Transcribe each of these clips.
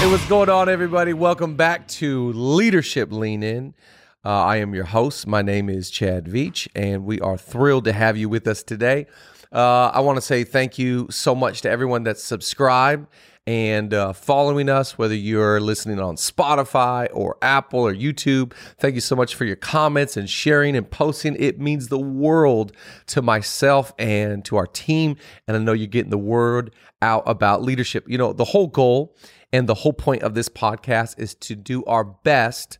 Hey, what's going on, everybody? Welcome back to Leadership Lean In. Uh, I am your host. My name is Chad Veach, and we are thrilled to have you with us today. Uh, I want to say thank you so much to everyone that's subscribed and uh, following us, whether you're listening on Spotify or Apple or YouTube. Thank you so much for your comments and sharing and posting. It means the world to myself and to our team. And I know you're getting the word out about leadership. You know, the whole goal and the whole point of this podcast is to do our best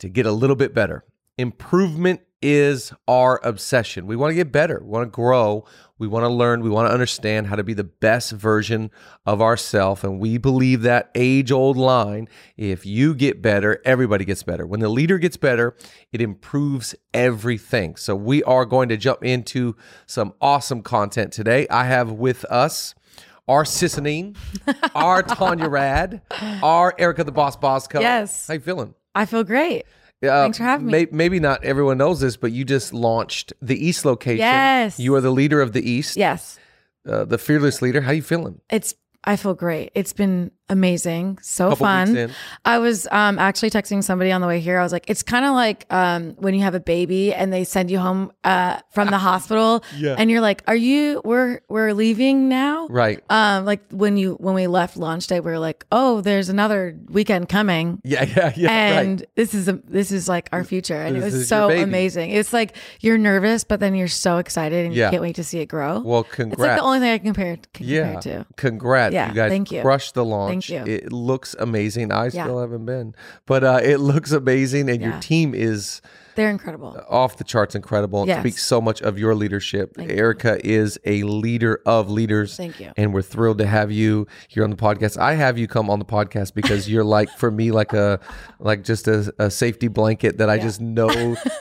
to get a little bit better. Improvement is our obsession. We want to get better, we want to grow, we want to learn, we want to understand how to be the best version of ourselves. And we believe that age old line if you get better, everybody gets better. When the leader gets better, it improves everything. So we are going to jump into some awesome content today. I have with us our Sissanine, our Tanya Rad, our Erica the Boss Boss Cup. Yes. How you feeling? I feel great. Uh, Thanks for having me. may- maybe not everyone knows this, but you just launched the East location. Yes. You are the leader of the East, Yes. uh, the fearless leader. How you feeling? It's I feel great. It's been amazing. So Couple fun. weeks in. I was um, actually texting somebody on the way here. I was like, it's kind of like um, when you have a baby and they send you home uh, from the hospital Yeah. and you're like, are you we're we're leaving now? Right. Um, like when you when we left launch day, we were like, oh, there's another weekend coming. Yeah, yeah, yeah. and right. this is a, this is like our future and This it is was so your baby. amazing it's like you're nervous but then you're so excited and Yeah. you can't wait to see it grow Well, it's like congrats. the only thing i can compare, can yeah. compare it to Congrats. Yeah, you guys thank you. crushed the launch. Thank you. It looks amazing. I Yeah. still haven't been, but uh, it looks amazing. And your Yeah. team is they're incredible off the charts incredible and Yes. speaks so much of your leadership. Thank you. Erica is a leader of leaders. Thank you. And we're thrilled to have you here on the podcast. I have you come on the podcast because you're like for me like a like just a, a safety blanket that I just know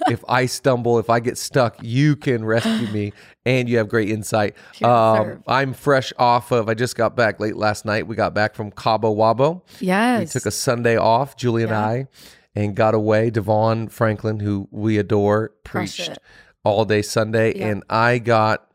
if I stumble, if I get stuck, you can rescue me and you have great insight. Here to Um, serve. I'm fresh off of I just got back late last night. We got back from Cabo Wabo. We yes took a Sunday off, Julie and Yeah. I, and got away. Devon Franklin, who we adore, Crushed preached it. all day Sunday, Yeah. and I got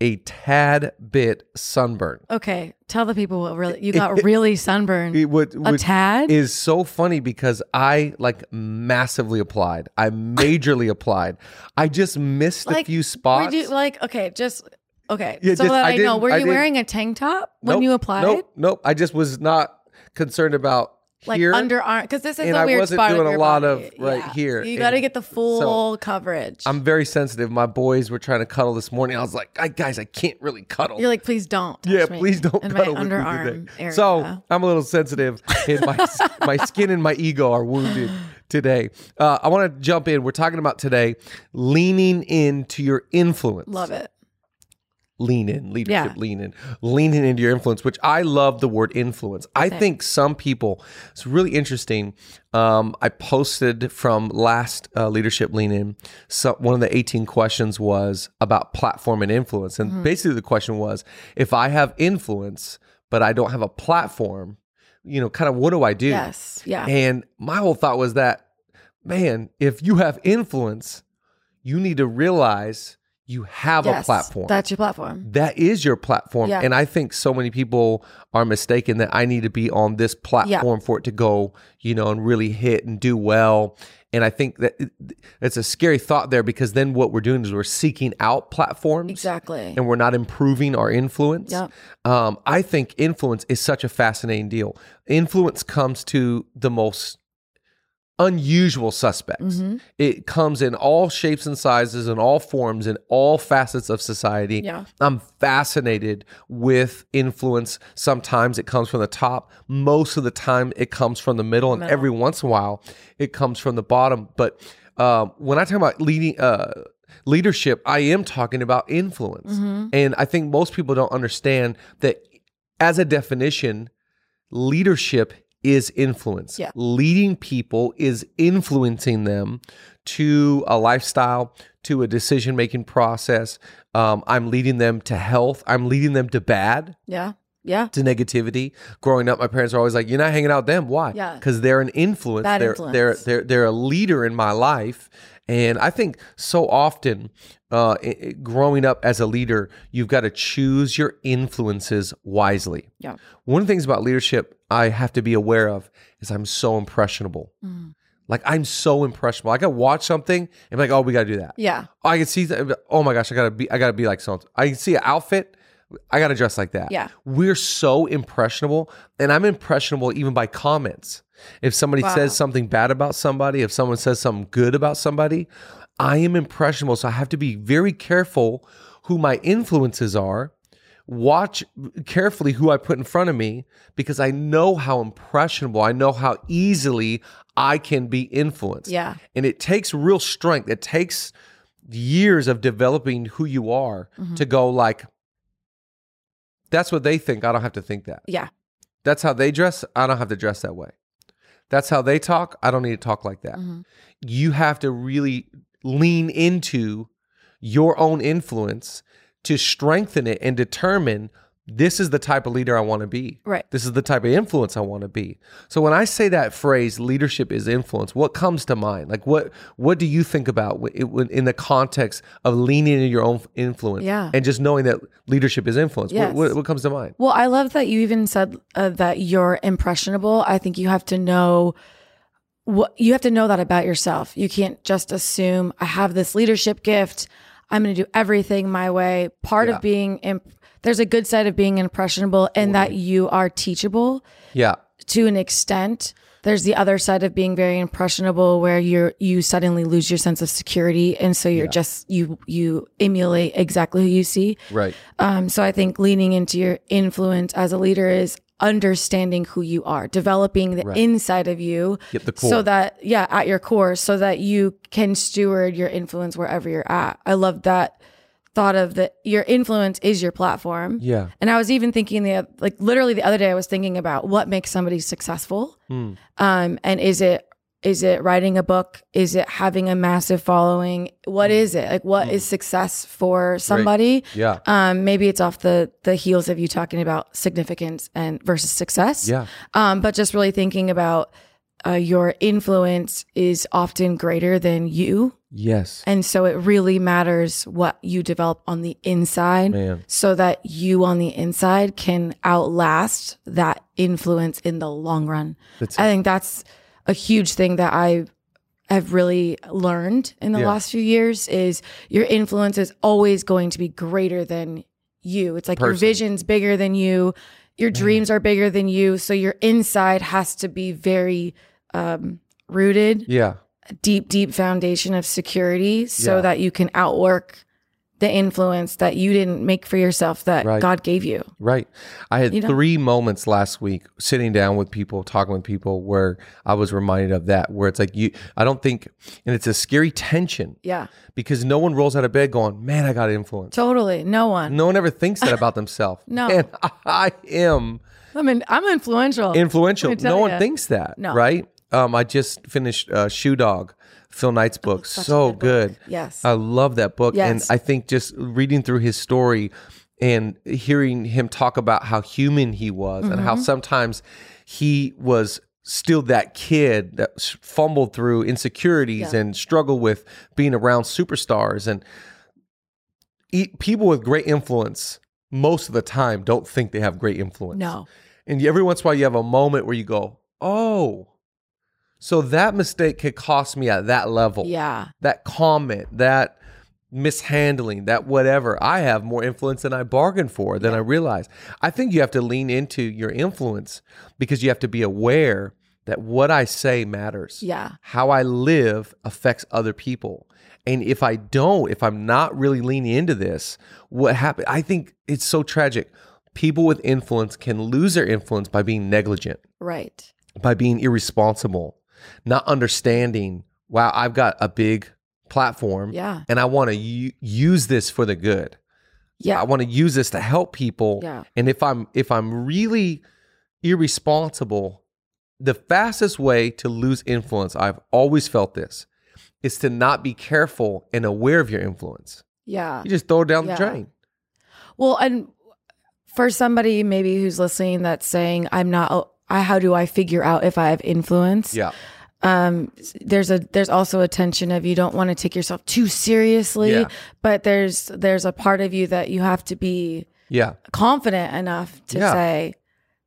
a tad bit sunburned. okay tell the people what really you got really sunburned It would, Mm. a tad is so funny because I like massively applied. I majorly applied. I just missed a Like, few were spots. you like okay just okay Yeah, so just- that I i, know didn't- were I you didn't- wearing a tank top when Nope, you applied Nope, nope. I just was not concerned about like here. underarm because this is and a I weird wasn't spot of doing a your lot of body. right here, you got to and get the so full coverage I'm very sensitive. My boys were trying to cuddle this morning. I was like, I, guys, I can't really cuddle. You're like, please don't. Touch Yeah, me please don't in my cuddle with me underarm today. area. So I'm a little sensitive, and my my skin and my ego are wounded today. Uh, I want to jump in. We're talking about today leaning into your influence. love it. Lean in, leadership, Yeah. lean in, leaning into your influence, which I love the word influence. I think some people, it's really interesting. Um, I posted from last uh, Leadership Lean In, so one of the 18 questions was about platform and influence. And Mm-hmm. basically, the question was if I have influence, but I don't have a platform, you know, kind of what do I do? Yes. Yeah. And my whole thought was that, man, if you have influence, you need to realize you have a yes. platform. That's your platform. that is your platform. Yeah. And I think so many people are mistaken that I need to be on this platform for it to go, you know, and really hit and do well. And I think that it- it's a scary thought there because then what we're doing is we're seeking out platforms Exactly. and we're not improving our influence. Yep. Um, I think influence is such a fascinating deal. Influence comes to the most unusual suspects. Mm-hmm. It comes in all shapes and sizes and all forms and all facets of society. Yeah. I'm fascinated with influence. Sometimes it comes from the top, most of the time it comes from the middle, and Middle. every once in a while it comes from the bottom. But um, when I talk about leading, uh, leadership, I am talking about influence. Mm-hmm. And I think most people don't understand that as a definition, leadership is influence. Yeah. Leading people is influencing them to a lifestyle, to a decision making process. Um, I'm leading them to health. I'm leading them to bad. Yeah. Yeah. to negativity. Growing up, my parents were always like, "You're not hanging out with them. Why? Yeah. because they're an influence. Bad they're influence. they're they're they're a leader in my life." And I think so often, uh, i- i- growing up as a leader, you've got to choose your influences wisely. Yeah. One of the things about leadership I have to be aware of is I'm so impressionable. Like I'm so impressionable. I can watch something and be like, "Oh, we got to do that." Yeah. I can see that. Oh my gosh, I gotta be. I gotta be like so. I can see an outfit. I gotta dress like that. Yeah. we're so impressionable, and I'm impressionable even by comments. If somebody says something bad about somebody, if someone says something good about somebody, I am impressionable. So I have to be very careful who my influences are. Watch carefully who I put in front of me because I know how impressionable, I know how easily I can be influenced. Yeah. And it takes real strength. It takes years of developing who you are to go like that's what they think. I don't have to think that. Yeah. That's how they dress. I don't have to dress that way. That's how they talk. I don't need to talk like that. Mhm. You have to really lean into your own influence to strengthen it and determine this is the type of leader I want to be. Right. This is the type of influence I want to be. So when I say that phrase, leadership is influence, what comes to mind? Like what what do you think about wh- it- when- in the context of leaning into your own f- influence Yeah. and just knowing that leadership is influence? What- Yes. What, what, comes to mind? Well, I love that you even said uh, that you're impressionable. I think you have to know what you have to know that about yourself. You can't just assume I have this leadership gift. I'm going to do everything my way. Part Yeah. of being imp- there's a good side of being impressionable in that you are teachable Yeah. to an extent. There's the other side of being very impressionable where you're you suddenly lose your sense of security and so you're just you you emulate exactly who you see. Right. Um, so I think leaning into your influence as a leader is understanding who you are, developing the inside of you, Get the core. so that yeah, at your core, so that you can steward your influence wherever you're at. I love that thought of that your influence is your platform. yeah. And I was even thinking the like literally the other day I was thinking about what makes somebody successful. Hmm. Um and is it is it writing a book? Is it having a massive following? What is it? Like what is success for somebody? Yeah. Um maybe it's off the the heels of you talking about significance and versus success. Yeah. Um but just really thinking about uh, your influence is often greater than you. Yes. And so it really matters what you develop on the inside Man. so that you on the inside can outlast that influence in the long run. That's I think that's a huge thing that I have really learned in the Yeah. last few years is your influence is always going to be greater than you. It's like your Person. Mm. vision's bigger than you, your dreams are bigger than you, so your inside has to be very um rooted Yeah. deep, deep foundation of security so Yeah. that you can outwork the influence that you didn't make for yourself that Right. God gave you. Right. I had You know? three moments last week sitting down with people, talking with people where I was reminded of that, where it's like you I don't think and it's a scary tension Yeah, because no one rolls out of bed going, Man, I got influence. totally. No one. No one ever thinks that about themselves. No. And I am I mean, I'm influential. influential. Let me tell No one ya. thinks that. No. Right? Um, I just finished uh, Shoe Dog, Phil Knight's Oh, book. so good. yes. I love that book. Yes. And I think just reading through his story and hearing him talk about how human he was and Mm-hmm. how sometimes he was still that kid that s- fumbled through insecurities Yeah. and struggled with being around superstars and e- people with great influence most of the time don't think they have great influence no. and every once in a while you have a moment where you go oh so that mistake could cost me at that level Yeah. that comment, that mishandling, that whatever, I have more influence than I bargained for, than I realized. I think you have to lean into your influence because you have to be aware that what I say matters. Yeah. How I live affects other people. And if I don't, if I'm not really leaning into this, what happened? I think it's so tragic. People with influence can lose their influence by being negligent Right. by being irresponsible, not understanding, wow, I've got a big platform Yeah. and I want to use this for the good. I Yeah. want to use this to help people. Yeah. And if I'm if I'm really irresponsible, the fastest way to lose influence, I've always felt this, is to not be careful and aware of your influence. Yeah. You just throw it down Yeah. the drain. Well, and for somebody maybe who's listening that's saying, I'm not, I, how do I figure out if I have influence? Yeah. um there's a there's also a tension of you don't want to take yourself too seriously Yeah. but there's there's a part of you that you have to be Yeah. confident enough to Yeah. say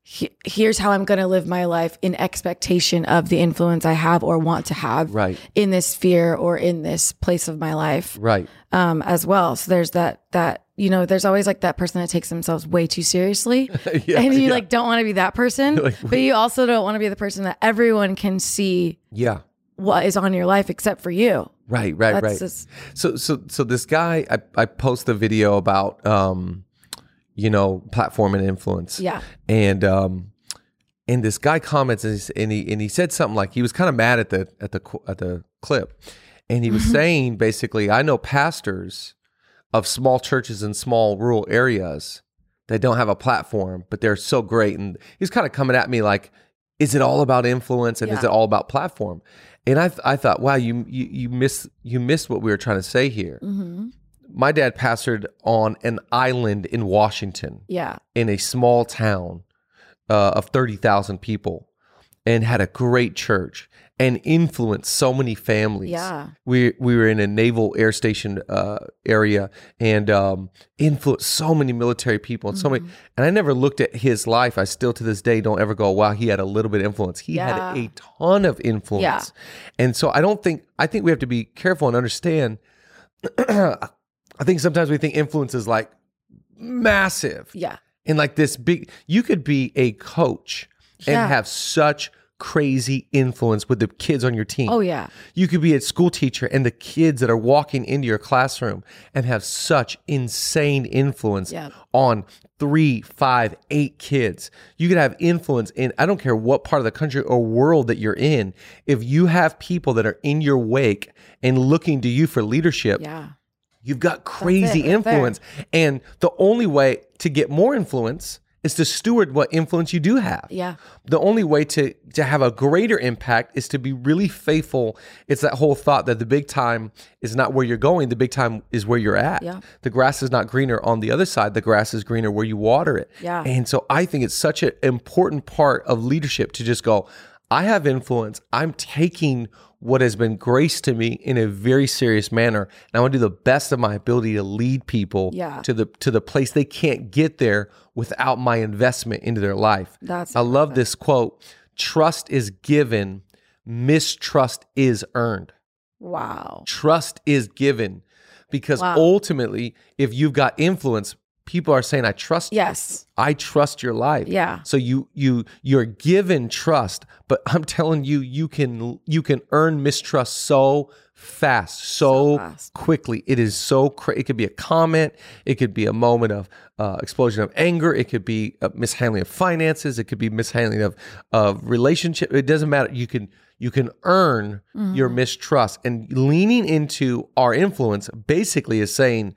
"He- here's how i'm going to live my life in expectation of the influence i have or want to have Right. in this sphere or in this place of my life Right. um as well so there's that that you know there's always like that person that takes themselves way too seriously yeah. and you yeah. like don't want to be that person Like, but you also don't want to be the person that everyone can see Yeah. what is on your life except for you. Right. Right. That's right. just So so so this guy I, I post a video about um you know platform and influence. yeah. And um and this guy comments and he, and he and he said something like he was kind of mad at the at the qu- at the clip. And he was saying basically I know pastors of small churches in small rural areas that don't have a platform but they're so great and he's kind of coming at me like is it all about influence and is Yeah. it all about platform? And I, th- I thought, wow, you, you you miss you missed what we were trying to say here hmm my dad pastored on an island in Washington Yeah. in a small town uh, of 30,000 people and had a great church and influenced so many families. Yeah. We, we were in a naval air station uh, area and um, influenced so many military people and so Mm-hmm. many. And I never looked at his life. I still to this day don't ever go, wow, he had a little bit of influence. He had Yeah. a ton of influence. And so I don't think, I think we have to be careful and understand. I think sometimes we think influence is like massive Yeah. and like this big you could be a coach Yeah. and have such crazy influence with the kids on your team Oh yeah. you could be a school teacher and the kids that are walking into your classroom and have such insane influence Yeah. on three five eight kids you could have influence in i don't care what part of the country or world that you're in if you have people that are in your wake and looking to you for leadership Yeah. You've got crazy right there. influence. And the only way to get more influence is to steward what influence you do have. Yeah. The only way to to have a greater impact is to be really faithful. It's that whole thought that the big time is not where you're going, the big time is where you're at. Yeah. The grass is not greener on the other side, the grass is greener where you water it. Yeah. And so I think it's such an important part of leadership to just go, I have influence. I'm taking what has been graced to me in a very serious manner. And I want to do the best of my ability to lead people Yeah. to the to the place they can't get there without my investment into their life. That's I love this quote. Trust is given, mistrust is earned. wow. Trust is given because Wow. ultimately, if you've got influence, people are saying, I trust you. Yes. I trust your life. Yeah. So you you you're given trust, but I'm telling you, you can you can earn mistrust so fast, so, So fast. quickly. It is so cra- it could be a comment, it could be a moment of uh, explosion of anger, it could be a mishandling of finances, it could be mishandling of of relationship. It doesn't matter. You can you can earn your Mm-hmm. mistrust, and leaning into our influence basically is saying,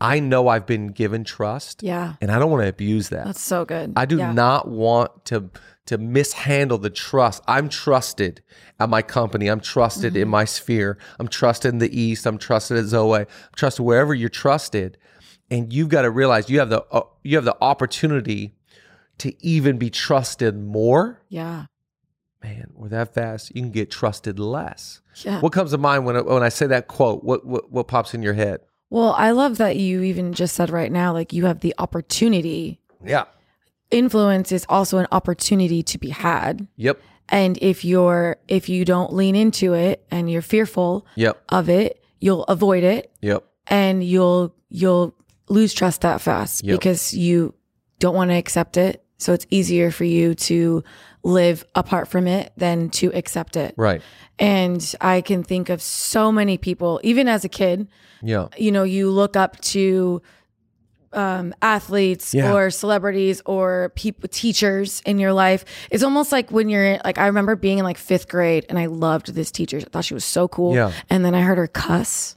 I know I've been given trust Yeah. and I don't want to abuse that. That's so good. I do Yeah. not want to to mishandle the trust. I'm trusted at my company. I'm trusted Mm-hmm. in my sphere. I'm trusted in the East. I'm trusted at Zoe. I'm trusted wherever you're trusted, and you've got to realize you have the uh, you have the opportunity to even be trusted more. Yeah. Man, we're that fast. You can get trusted less. Yeah. What comes to mind when I, when I say that quote? What what what pops in your head? Well, I love that you even just said right now, like you have the opportunity. Yeah. Influence is also an opportunity to be had. Yep. And if you're if you don't lean into it and you're fearful Yep. of it, you'll avoid it Yep. and you'll you'll lose trust that fast Yep. because you don't want to accept it so it's easier for you to live apart from it than to accept it Right. and i can think of so many people even as a kid Yeah. you know you look up to um, athletes Yeah. or celebrities or people teachers in your life it's almost like when you're like i remember being in like fifth grade and i loved this teacher i thought she was so cool Yeah. and then i heard her cuss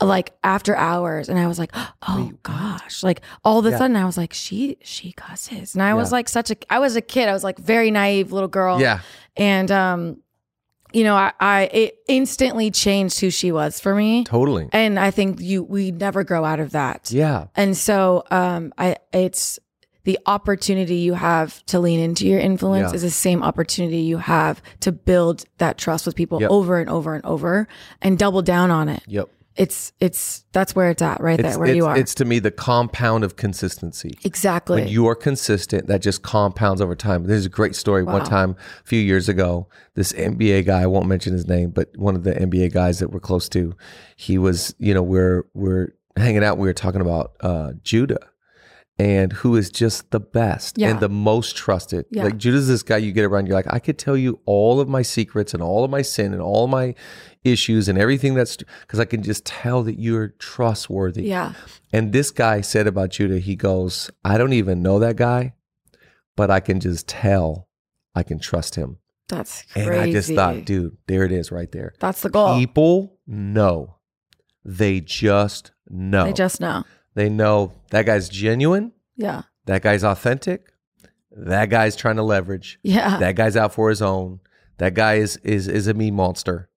like after hours and i was like oh gosh like all of a Yeah. sudden i was like she she cusses and i was Yeah. like such a i was a kid i was like very naive little girl Yeah. and um you know i i it instantly changed who she was for me Totally. and I think you we never grow out of that. Yeah. And so um I it's the opportunity you have to lean into your influence Yeah. is the same opportunity you have to build that trust with people Yep. over and over and over and double down on it. Yep. It's it's that's where it's at right It's, there where it's, you are. it's to me the compound of consistency. exactly. When you are consistent, that just compounds over time. There's a great story one time a few years ago. This NBA guy, I won't mention his name, but one of the NBA guys that we're close to, he was, you know, we're we're hanging out. We were talking about uh, Judah and who is just the best Yeah. and the most trusted. Yeah. Like Judah's this guy you get around, you're like, I could tell you all of my secrets and all of my sin and all my issues and everything that's because I can just tell that you're trustworthy. yeah. And this guy said about Judah, he goes, I don't even know that guy, but I can just tell I can trust him. That's crazy. Oh. And I just thought, dude, there it is right there. that's the goal. People know. They just know. They just know. they know that guy's genuine, Yeah. that guy's authentic, that guy's trying to leverage, Yeah. that guy's out for his own. That guy is is is a me monster.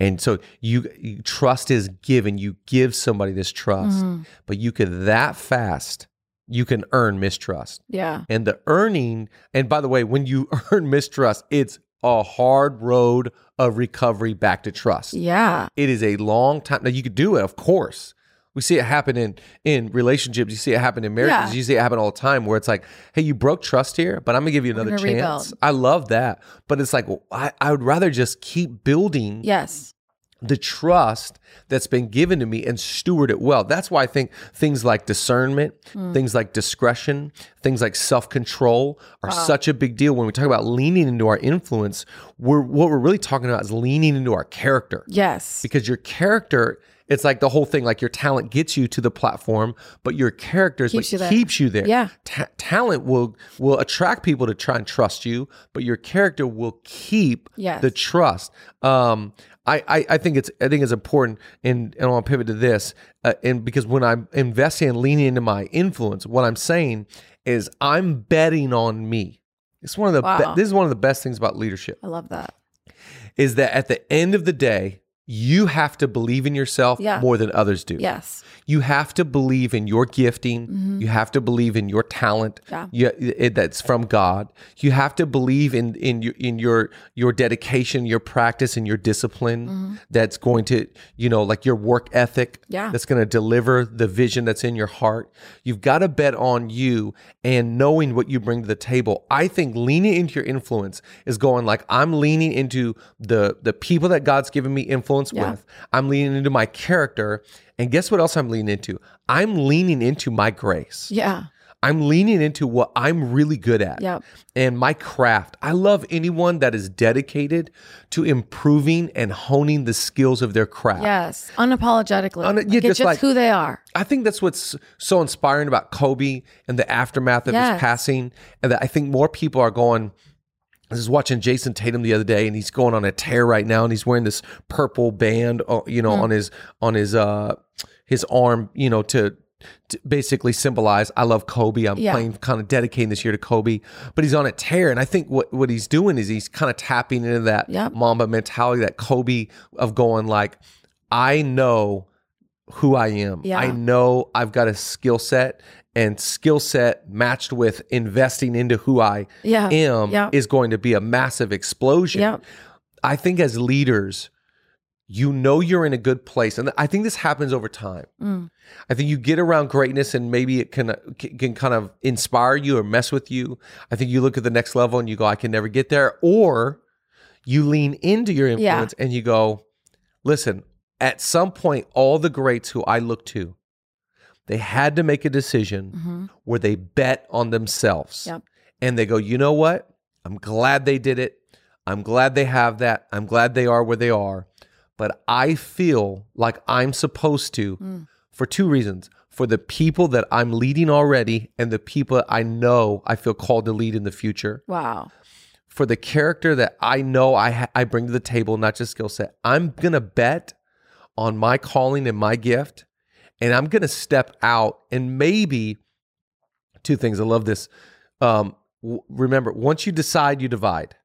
And so you, you trust is given. You give somebody this trust Mhm. but you can that fast you can earn mistrust Yeah. and the earning and by the way when you earn mistrust it's a hard road of recovery back to trust Yeah. it is a long time now you could do it of course we see it happen in in relationships you see it happen in marriages Yeah. you see it happen all the time where it's like hey you broke trust here but i'm gonna give you another gonna chance rebuild. i love that but it's like well, I, I would rather just keep building Yes. the trust that's been given to me and steward it well. That's why I think things like discernment, Mm. things like discretion, things like self control are such a big deal. When we talk about leaning into our influence, we're, what we're really talking about is leaning into our character Yes. because your character. It's like the whole thing, like your talent gets you to the platform, but your character is Keeps what you there. keeps you there. Yeah. Ta- talent will will attract people to try and trust you, but your character will keep Yes. the trust. Um, I, I, I think it's I think it's important, and and I want to pivot to this, uh, and because when I'm investing and leaning into my influence, what I'm saying is I'm betting on me. It's one of the be- Wow. this is one of the best things about leadership I love that. is that at the end of the day, you have to believe in yourself Yeah. more than others do. Yes. You have to believe in your gifting. You have to believe in your talent Mm-hmm. Yeah. you, it, that's from God. You have to believe in in your in your your dedication, your practice, and your discipline that's going to you know like your work ethic Mm-hmm. Yeah. that's going to deliver the vision that's in your heart. You've got to bet on you and knowing what you bring to the table. I think leaning into your influence is going like I'm leaning into the the people that God's given me influence Yeah. with. I'm leaning into my character. And guess what else I'm leaning into? I'm leaning into my grace. Yeah. I'm leaning into what I'm really good at Yep. and my craft. I love anyone that is dedicated to improving and honing the skills of their craft. Yes. Unapologetically. Un- yeah, Like, it's just just like- who they are. I think that's what's so inspiring about Kobe and the aftermath of his Yes. passing. And that I think more people are going. I was watching Jason Tatum the other day, and he's going on a tear right now, and he's wearing this purple band, uh, you know, Mm. on his on his uh his arm, you know, to, to basically symbolize I love Kobe. I'm Yeah. playing kind of dedicating this year to Kobe, but he's on a tear, and I think what what he's doing is he's kind of tapping into that Yep. Mamba mentality, that Kobe of going like I know who I am. Yeah. I know I've got a skill set and skill set matched with investing into who I Yeah. am Yeah. is going to be a massive explosion. Yep. I think as leaders, you know you're in a good place. And I think this happens over time. Mm. I think you get around greatness and maybe it can can kind of inspire you or mess with you. I think you look at the next level and you go, I can never get there. Or you lean into your influence and you go, listen, at some point, all the greats who I look to, they had to make a decision Mhm. where they bet on themselves. Yep. And they go, you know what? I'm glad they did it. I'm glad they have that. I'm glad they are where they are. But I feel like I'm supposed to Mm. for two reasons for the people that I'm leading already and the people I know I feel called to lead in the future Wow. for the character that I know I ha- I bring to the table, not just skill set. I'm gonna bet on my calling and my gift, and I'm gonna step out and maybe two things. I love this. Um, w- remember, once you decide, you divide.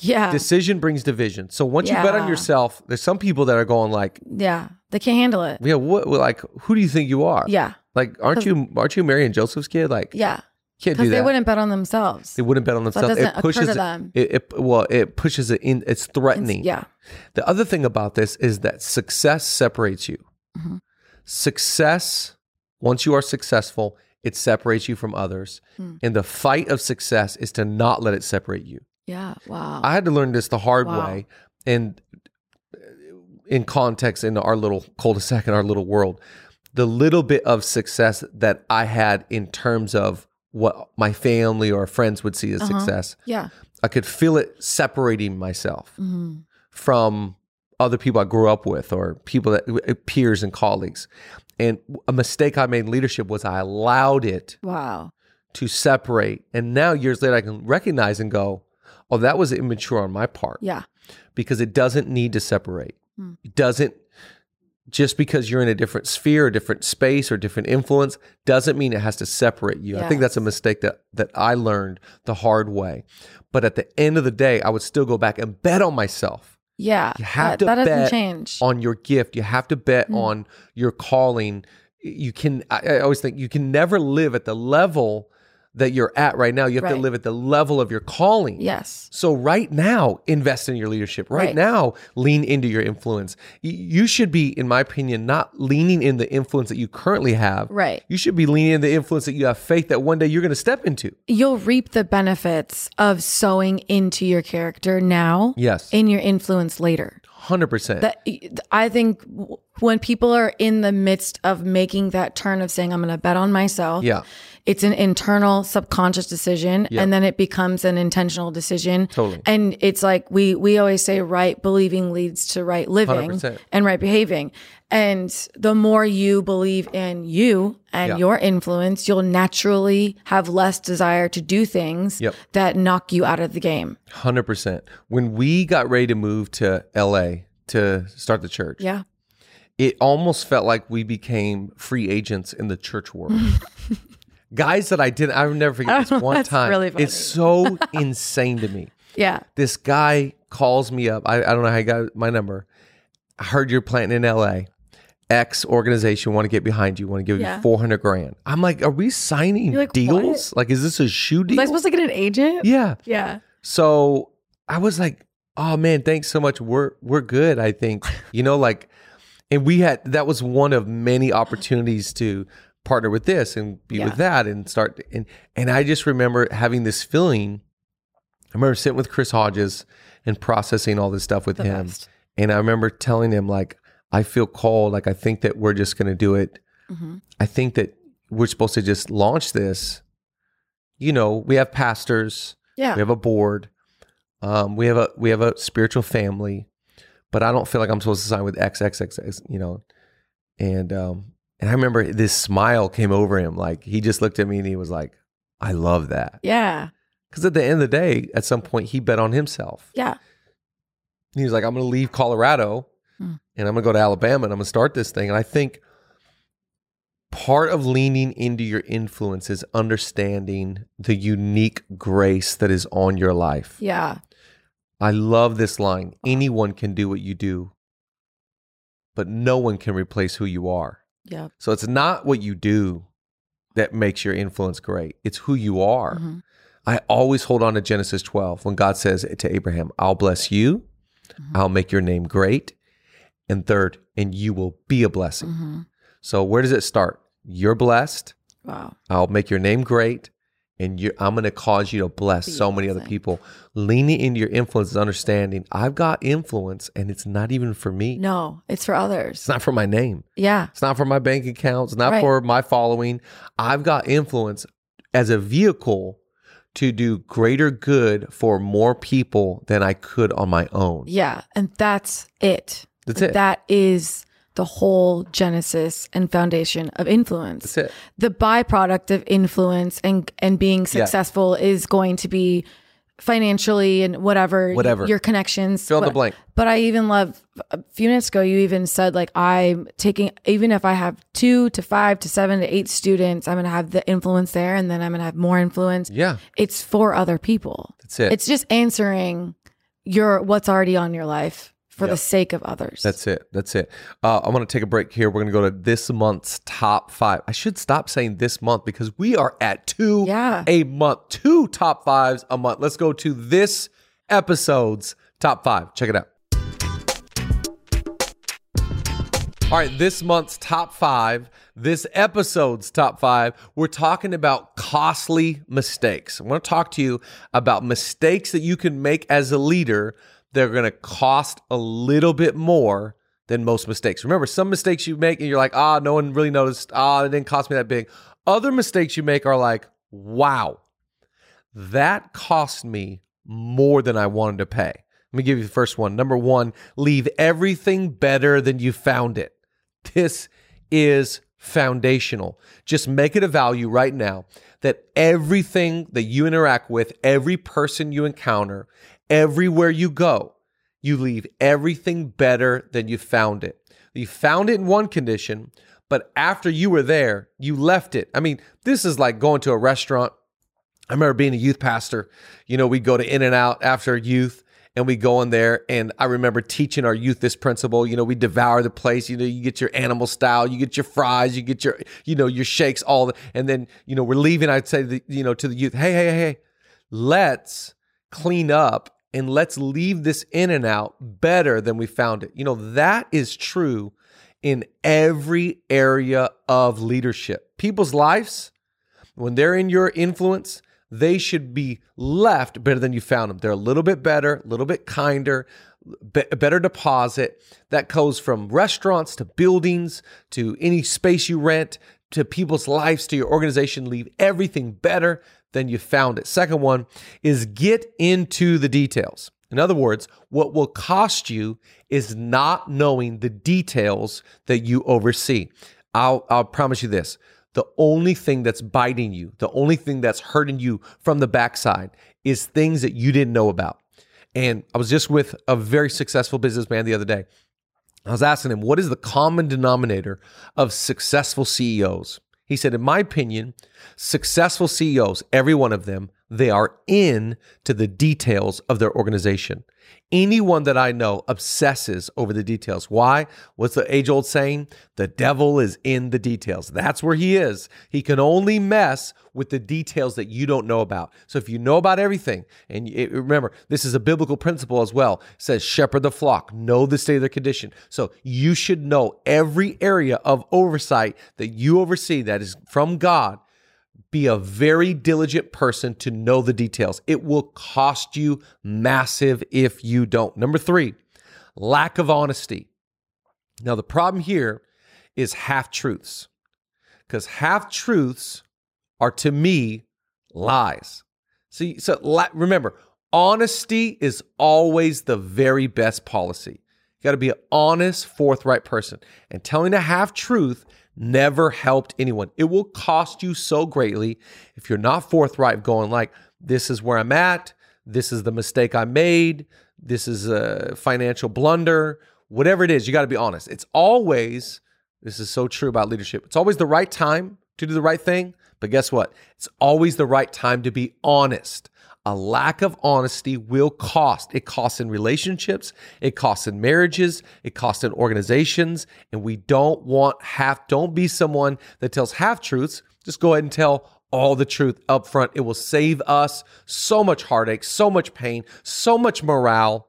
Yeah. Decision brings division. So once you bet on Yeah. yourself, there's some people that are going like, yeah. They can't handle it. yeah, what? Like, who do you think you are? Yeah. Like, aren't you aren't you Mary and Joseph's kid? Like, Yeah. Can't do because that. they wouldn't bet on themselves. They wouldn't bet on So it themselves. doesn't It occur pushes to them. It, it well, it pushes it in. It's It's- threatening. yeah, The other thing about this is that success separates you. Mhm. Success, once you are successful, it separates you from others. Mm. And the fight of success is to not let it separate you. yeah. Wow. I had to learn this the hard Oh. Wow. way and uh, in context in our little cul-de-sac in our little world. The little bit of success that I had in terms of what my family or friends would see as Uh-huh. success, yeah. I could feel it separating myself hmm from other people I grew up with or people that uh, peers and colleagues. And a mistake I made in leadership was I allowed it Wow. to separate. And now years later I can recognize and go, "Oh, that was immature on my part Yeah. because it doesn't need to separate. Hmm. It doesn't just because you're in a different sphere, a different space or different influence doesn't mean it has to separate you. I think that's a Yes. mistake that that I learned the hard way. But at the end of the day, I would still go back and bet on myself Yeah. You have that, to that bet doesn't change. on your gift. You have to bet Mm. on your calling. You can. I, I always think you can never live at the level that you're at right now. You have to Right. live at the level of your calling. yes. So right now, invest in your leadership. Right, Right. now, lean into your influence. Y- You should be, in my opinion, not leaning in the influence that you currently have. Right. You should be leaning in the influence that you have faith that one day you're going to step into. You'll reap the benefits of sowing into your character now, Yes, in your influence later. hundred percent. That I think w- when people are in the midst of making that turn of saying, I'm going to bet on myself, Yeah, it's an internal subconscious decision Yeah. and then it becomes an intentional decision. Totally. And it's like we we always say right believing leads to right living 100%. and right behaving. And the more you believe in you and Yeah. your influence, you'll naturally have less desire to do things Yep. that knock you out of the game. hundred percent. When we got ready to move to L.A. to start the church, Yeah. it almost felt like we became free agents in the church world. Guys that I didn't, I'll never forget this one That's time. really funny. It's so insane to me. Yeah. This guy calls me up. I, I don't know how he got my number. I heard you're planting in LA. X organization want to get behind you, want to give Yeah. you 400 grand. I'm like, are we signing You're like, deals? Like, is this a shoe Was deal? I supposed to get an agent? yeah. Yeah. So I was like, "Oh man, thanks so much. We're we're good. I think you know, like, and we had that was one of many opportunities to partner with this and be Yeah. with that and start and and I just remember having this feeling. I remember sitting with Chris Hodges and processing all this stuff with The him, best. and I remember telling him like, "I feel called. Like, I think that we're just going to do it Mhm. I think that we're supposed to just launch this. You know, we have pastors, Yeah. we have a board, um, we have a we have a spiritual family, but I don't feel like I'm supposed to sign with XXXX, you know. And um, and I remember this smile came over him, like he just looked at me and he was like, "I love that," Yeah. because at the end of the day, at some point, he bet on himself. Yeah. And he was like, I'm going to leave Colorado Hmm. and I'm going to go to Alabama and I'm going to start this thing. And I think part of leaning into your influence is understanding the unique grace that is on your life. Yeah. I love this line anyone can do what you do, but no one can replace who you are. Yep. So it's not what you do that makes your influence great, it's who you are. Mhm. I always hold on to Genesis 12 when God says to Abraham, I'll bless you, Mhm. I'll make your name great, and third, and you will be a blessing. Mhm. So, where does it start? You're blessed, Wow. I'll make your name great, and you I'm going to cause you to bless Be a so many other blessing. people. Leaning into your influence is understanding I've got influence, and it's not even for me, No, it's for it's others. not for my name. Yeah. It's not for my bank account. It's not Right. for my following. I've got influence as a vehicle to do greater good for more people than I could on my own. Yeah. And that's it. That's Like, it. That is the whole genesis and foundation of influence. That's it. The byproduct of influence and and being successful is going to be financially and whatever y- Whatever. your connections Fill in the what- blank. But I even love a few minutes ago, you even said, like, I'm taking, even if I have two to five to seven to eight students, I'm going to have the influence there and then I'm going to have more influence. Yeah, It's for other people. that's it. It's just answering your, what's already on your life for the sake of others. That's it. That's it. Uh, I want to take a break here. We're going to go to this month's top five. I should stop saying this month because we are at two Yeah. a month, two top fives a month. Let's go to this episode's top five. Check it out. All right, this month's top five, this episode's top five, we're talking about costly mistakes. I want to talk to you about mistakes that you can make as a leader that are going to cost a little bit more than most mistakes. Remember, some mistakes you make and you're like, ah, no one really noticed. Ah, it didn't cost me that big. Other mistakes you make are like, wow, that cost me more than I wanted to pay. Let me give you the first one. Number one, leave everything better than you found it. This is foundational. Just make it a value right now that everything that you interact with, every person you encounter, everywhere you go, you leave everything better than you found it. You found it in one condition, but after you were there, you left it. I mean, this is like going to a restaurant I remember being a youth pastor. You know, we'd go to In and Out after youth and we go in there. And I remember teaching our youth this principle. You know, we devour the place. You know, you get your animal style, you get your fries, you get your, you know, your shakes, all the, and then, you know, we're leaving. I'd say, the, you know, to the youth, hey, hey, hey, let's clean up and let's leave this in and out better than we found it. You know, that is true in every area of leadership. People's lives, when they're in your influence, they should be left better than you found them. They're a little bit better, a little bit kinder, be- better deposit. That goes from restaurants to buildings to any space you rent to people's lives to your organization. Leave everything better than you found it. Second one is get into the details. In other words, what will cost you is not knowing the details that you oversee. I'll, I'll promise you this the only thing that's biting you, the only thing that's hurting you from the backside is things that you didn't know about. And I was just with a very successful businessman the other day. I was asking him, what is the common denominator of successful CEOs? He said, in my opinion, successful CEOs, every one of them, they are in to the details of their organization. Anyone that I know obsesses over the details. Why? What's the age old saying? The devil is in the details. That's where he is. He can only mess with the details that you don't know about. So if you know about everything, and you- remember, this is a biblical principle as well, it says shepherd the flock, know the state of their condition. So you should know every area of oversight that you oversee that is from God be a very diligent person to know the details. It will cost you massive if you don't. Number three, lack of honesty. Now, the problem here is half truths because half truths are to me lies. See, so la- remember, honesty is always the very best policy. You got to be an honest, forthright person. And telling a half truth never helped anyone. It will cost you so greatly if you're not forthright, going like, this is where I'm at, this is the mistake I made, this is a financial blunder, whatever it is, you got to be honest. It's always this is so true about leadership. It's always the right time to do the right thing, but guess what? It's always the right time to be honest. A lack of honesty will cost. It costs in relationships, it costs in marriages, it costs in organizations, and we don't want half don't be someone that tells half truths. Just go ahead and tell all the truth up front. It will save us so much heartache, so much pain, so much morale.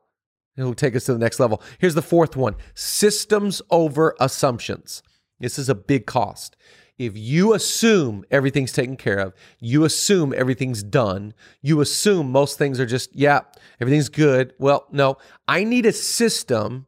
It will take us to the next level. Here's the fourth one systems over assumptions. This is a big cost. If you assume everything's taken care of, you assume everything's done, you assume most things are just, yeah, everything's good. Well, no, I need a system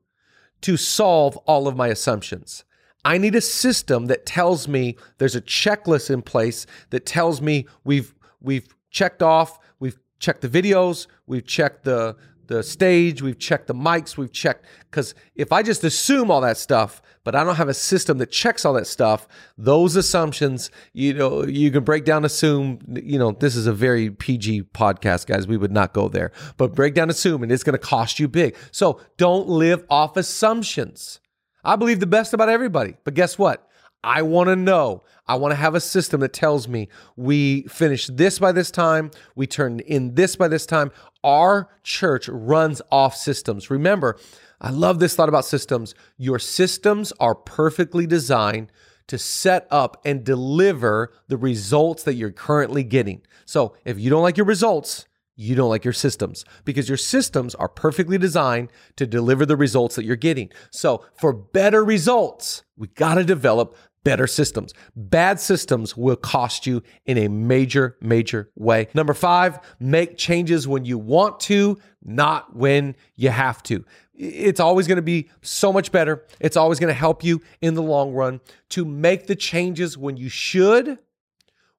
to solve all of my assumptions. I need a system that tells me there's a checklist in place that tells me we've we've checked off, we've checked the videos, we've checked the the stage, we've checked the mics, we've checked cuz if I just assume all that stuff but I don't have a system that checks all that stuff, those assumptions, you know, you can break down assume, you know, this is a very PG podcast guys, we would not go there. But break down assume and it's going to cost you big. So don't live off assumptions. I believe the best about everybody. But guess what? I want to know. I want to have a system that tells me we finish this by this time, we turn in this by this time. Our church runs off systems. Remember, I love this thought about systems. Your systems are perfectly designed to set up and deliver the results that you're currently getting. So if you don't like your results, you don't like your systems because your systems are perfectly designed to deliver the results that you're getting. So for better results, we got to develop better systems. Bad systems will cost you in a major, major way. Number five, make changes when you want to, not when you have to. It's always going to be so much better. It's always going to help you in the long run to make the changes when you should,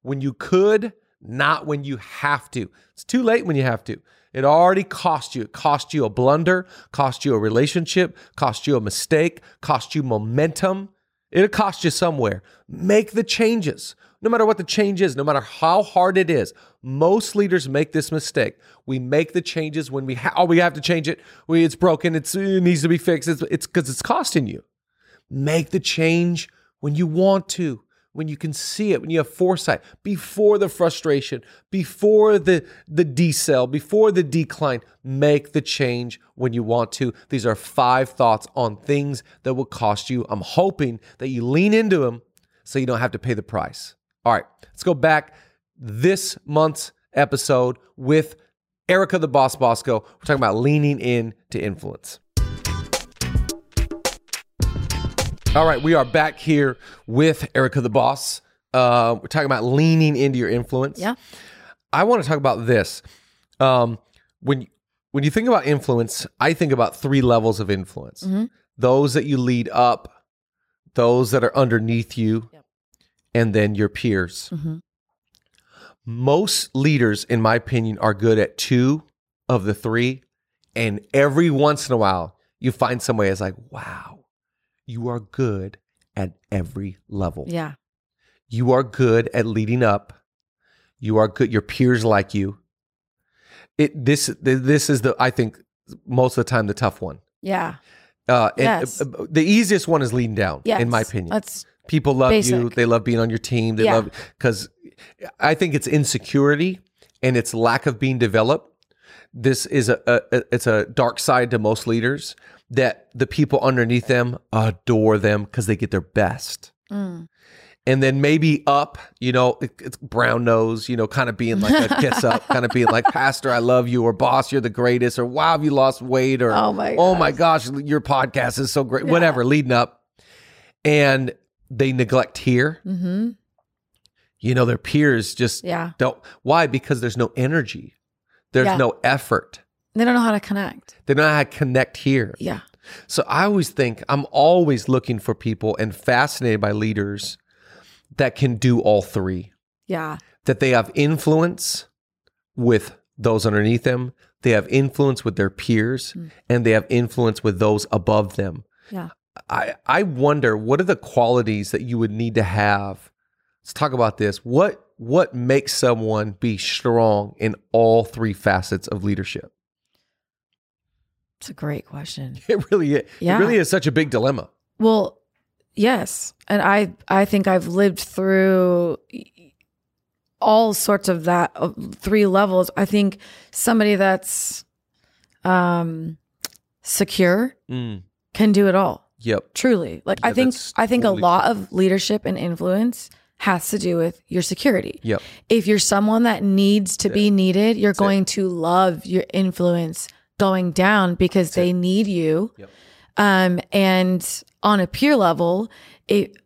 when you could, not when you have to. It's too late when you have to. It already cost you. It cost you a blunder, cost you a relationship, cost you a mistake, cost you momentum. It'll cost you somewhere. Make the changes. No matter what the change is, no matter how hard it is, most leaders make this mistake. We make the changes when we ha- oh we have to change it. We, it's broken. It's, it needs to be fixed. It's it's because it's costing you. Make the change when you want to, when you can see it, when you have foresight, before the frustration, before the the decel, before the decline. Make the change when you want to. These are five thoughts on things that will cost you. I'm hoping that you lean into them so you don't have to pay the price. All right, let's go back this month's episode with Erica the Boss Bosco. We're talking about leaning in to influence. All right, we are back here with Erica the Boss. Uh, we're talking about leaning into your influence. Yeah. I want to talk about this. Um, when when you think about influence, I think about three levels of influence: Mhm. those that you lead up, those that are underneath you, Yep. and then your peers. Mhm. Most leaders, in my opinion, are good at two of the three, and every once in a while, you find somebody that's like, "Wow, you are good at every level." Yeah. you are good at leading up you are good your peers like you it this th- this is the i think most of the time the tough one Yeah. uh and Yes. uh, uh, the easiest one is leading down Yes. in my opinion That's people love you basic. they love being on your team they Yeah. love because i think it's insecurity and it's lack of being developed this is a, a a- it's a dark side to most leaders that the people underneath them adore them because they get their best mm. and then maybe up, you know, it- it's brown nose, you know, kind of being like a kiss up, kind of being like, Pastor, I love you, or Boss, you're the greatest, or Wow, have you lost weight, or Oh my oh my gosh, your podcast is so great, whatever, leading up. And they neglect here, Mhm. you know, their peers just Yeah. don't. Why? Because there's no energy, there's Yeah. no effort. They don't know how to connect. They don't know how to connect here. Yeah. So I always think I'm always looking for people and fascinated by leaders that can do all three. Yeah. that they have influence with those underneath them, they have influence with their peers, Mm. and they have influence with those above them. Yeah. I, I wonder what are the qualities that you would need to have? Let's talk about this. What what makes someone be strong in all three facets of leadership? It's a great question. It really is, Yeah. it really is such a big dilemma. Well, yes, and I I think I've lived through all sorts of that of three levels. I think somebody that's um secure can do it all. Mm, Yep. Truly. Like I Yeah, think that's I think totally a lot true. of leadership and influence has to do with your security. Yep. If you're someone that needs to That's be needed, you're it. going to love your influence going down because it. they need you. Yep. Um, and on a peer level, it,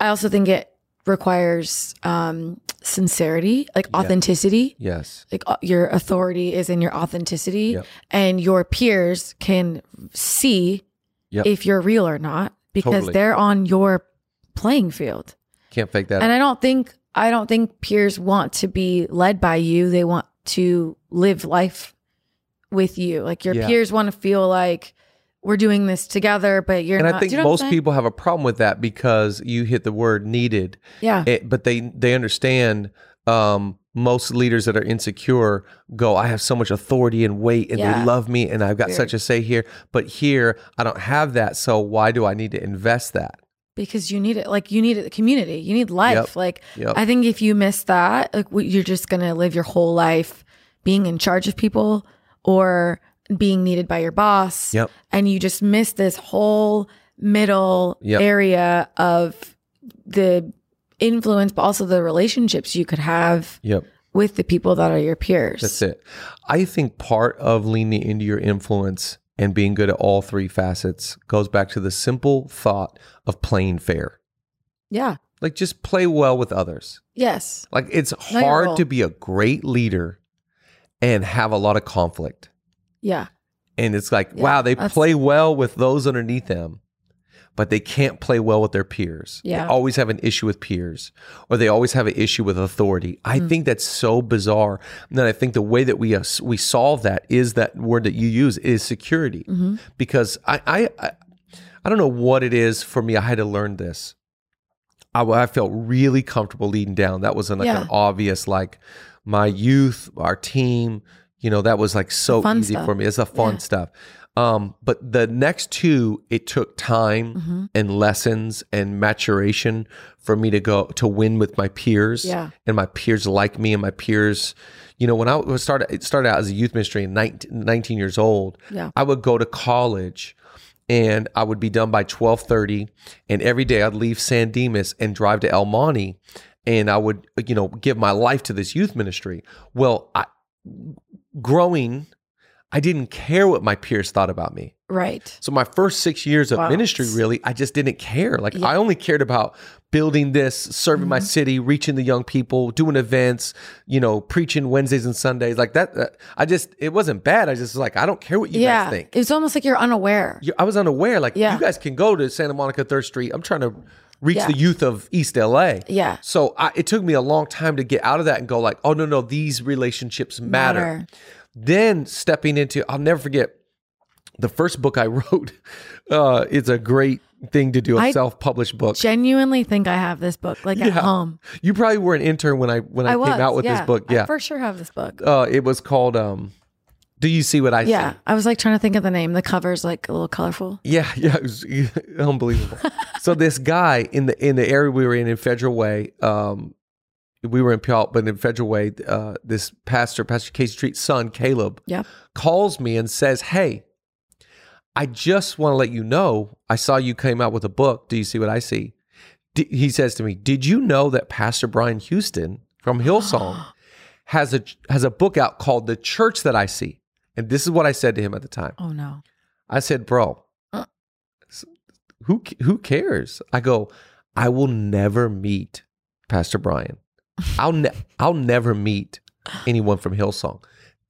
I also think it requires um, sincerity, like Yeah. authenticity. Yes. Like uh, your authority is in your authenticity, Yep. and your peers can see Yep. if you're real or not because Totally. they're on your playing field. Can't fake that. And I don't think I don't think peers want to be led by you. They want to live life with you. Like your Yeah. peers want to feel like we're doing this together, but you're and not. I think do you know what most I'm saying? people have a problem with that because you hit the word needed. yeah, it, Eh, but they they understand um most leaders that are insecure go i have so much authority and weight and they Yeah. love me and i've got Very. such a say here but here i don't have that so why do i need to invest that because you need it. Like you need it, the community. You need life. Yep. Like yep I think if you miss that, like w- you're just gonna live your whole life being in charge of people or being needed by your boss. Yep. And you just miss this whole middle Yep. area of the influence, but also the relationships you could have Yep. with the people that are your peers. That's it. I think part of leaning into your influence and being good at all three facets goes back to the simple thought of playing fair. Yeah. Like just play well with others. Yes. Like it's No, you're hard wrong. to be a great leader and have a lot of conflict. Yeah. And it's like, Yeah, wow, they that's- play well with those underneath them, but they can't play well with their peers. Yeah. They always have an issue with peers or they always have an issue with authority. I Mm. think that's so bizarre. And then I think the way that we uh, we solve that is that word that you use is security. Mm-hmm. Because I, I I I don't know what it is for me. I had to learn this. I, I felt really comfortable leading down. That was an, like Yeah. an obvious like my youth, our team, you know, that was like so fun easy stuff. for me. It's the fun Yeah. stuff. Um, but the next two, it took time Mhm. and lessons and maturation for me to go to win with my peers. Yeah. And my peers like me and my peers, you know, when I was started, it started out as a youth ministry and 19, 19 years old, Yeah. I would go to college and I would be done by 12:30 and every day I'd leave San Dimas and drive to El Monte and I would you know give my life to this youth ministry. Well, I growing I didn't care what my peers thought about me. Right. So my first 6 years of Wow. ministry really I just didn't care. Like Yeah. Mm-hmm. I only cared about building this, serving my city, reaching the young people, doing events, you know, preaching Wednesdays and Sundays. Like that uh, I just it wasn't bad. I just was like I don't care what you yeah. guys think It's almost like you're unaware. you, I was unaware. Like Yeah. you guys can go to Santa Monica Third Street. I'm trying to reach Yeah. the youth of East LA. Yeah. So I, it took me a long time to get out of that and go like, oh no no, these relationships matter. Matter. Then stepping into, I'll never forget the first book I wrote. Uh, it's a great thing to do a I- self published book. Genuinely think I have this book, like at Yeah. home. you probably were an intern when I when I, I, was. came out with yeah. this book. I Yeah. for sure have this book. uh, it was called. Um, do you see what I see? Yeah. I was like trying to think of the name. The cover's like a little colorful. Yeah, yeah, it was unbelievable. so this guy in the in the area we were in in Federal Way, um, we were in Puyallup, but in Federal Way, uh, this pastor, Pastor Casey Treat's son, Caleb, Yep. calls me and says, "Hey, I just want to let you know I saw you came out with a book. Do you see what I see?" D- he says to me, "Did you know that Pastor Brian Houston from Hillsong has a has a book out called The Church That I See?" And this is what I said to him at the time. Oh no. I said, "Bro, Uh. s- who who cares?" I go, "I will never meet Pastor Brian. I'll ne- I'll never meet anyone from Hillsong.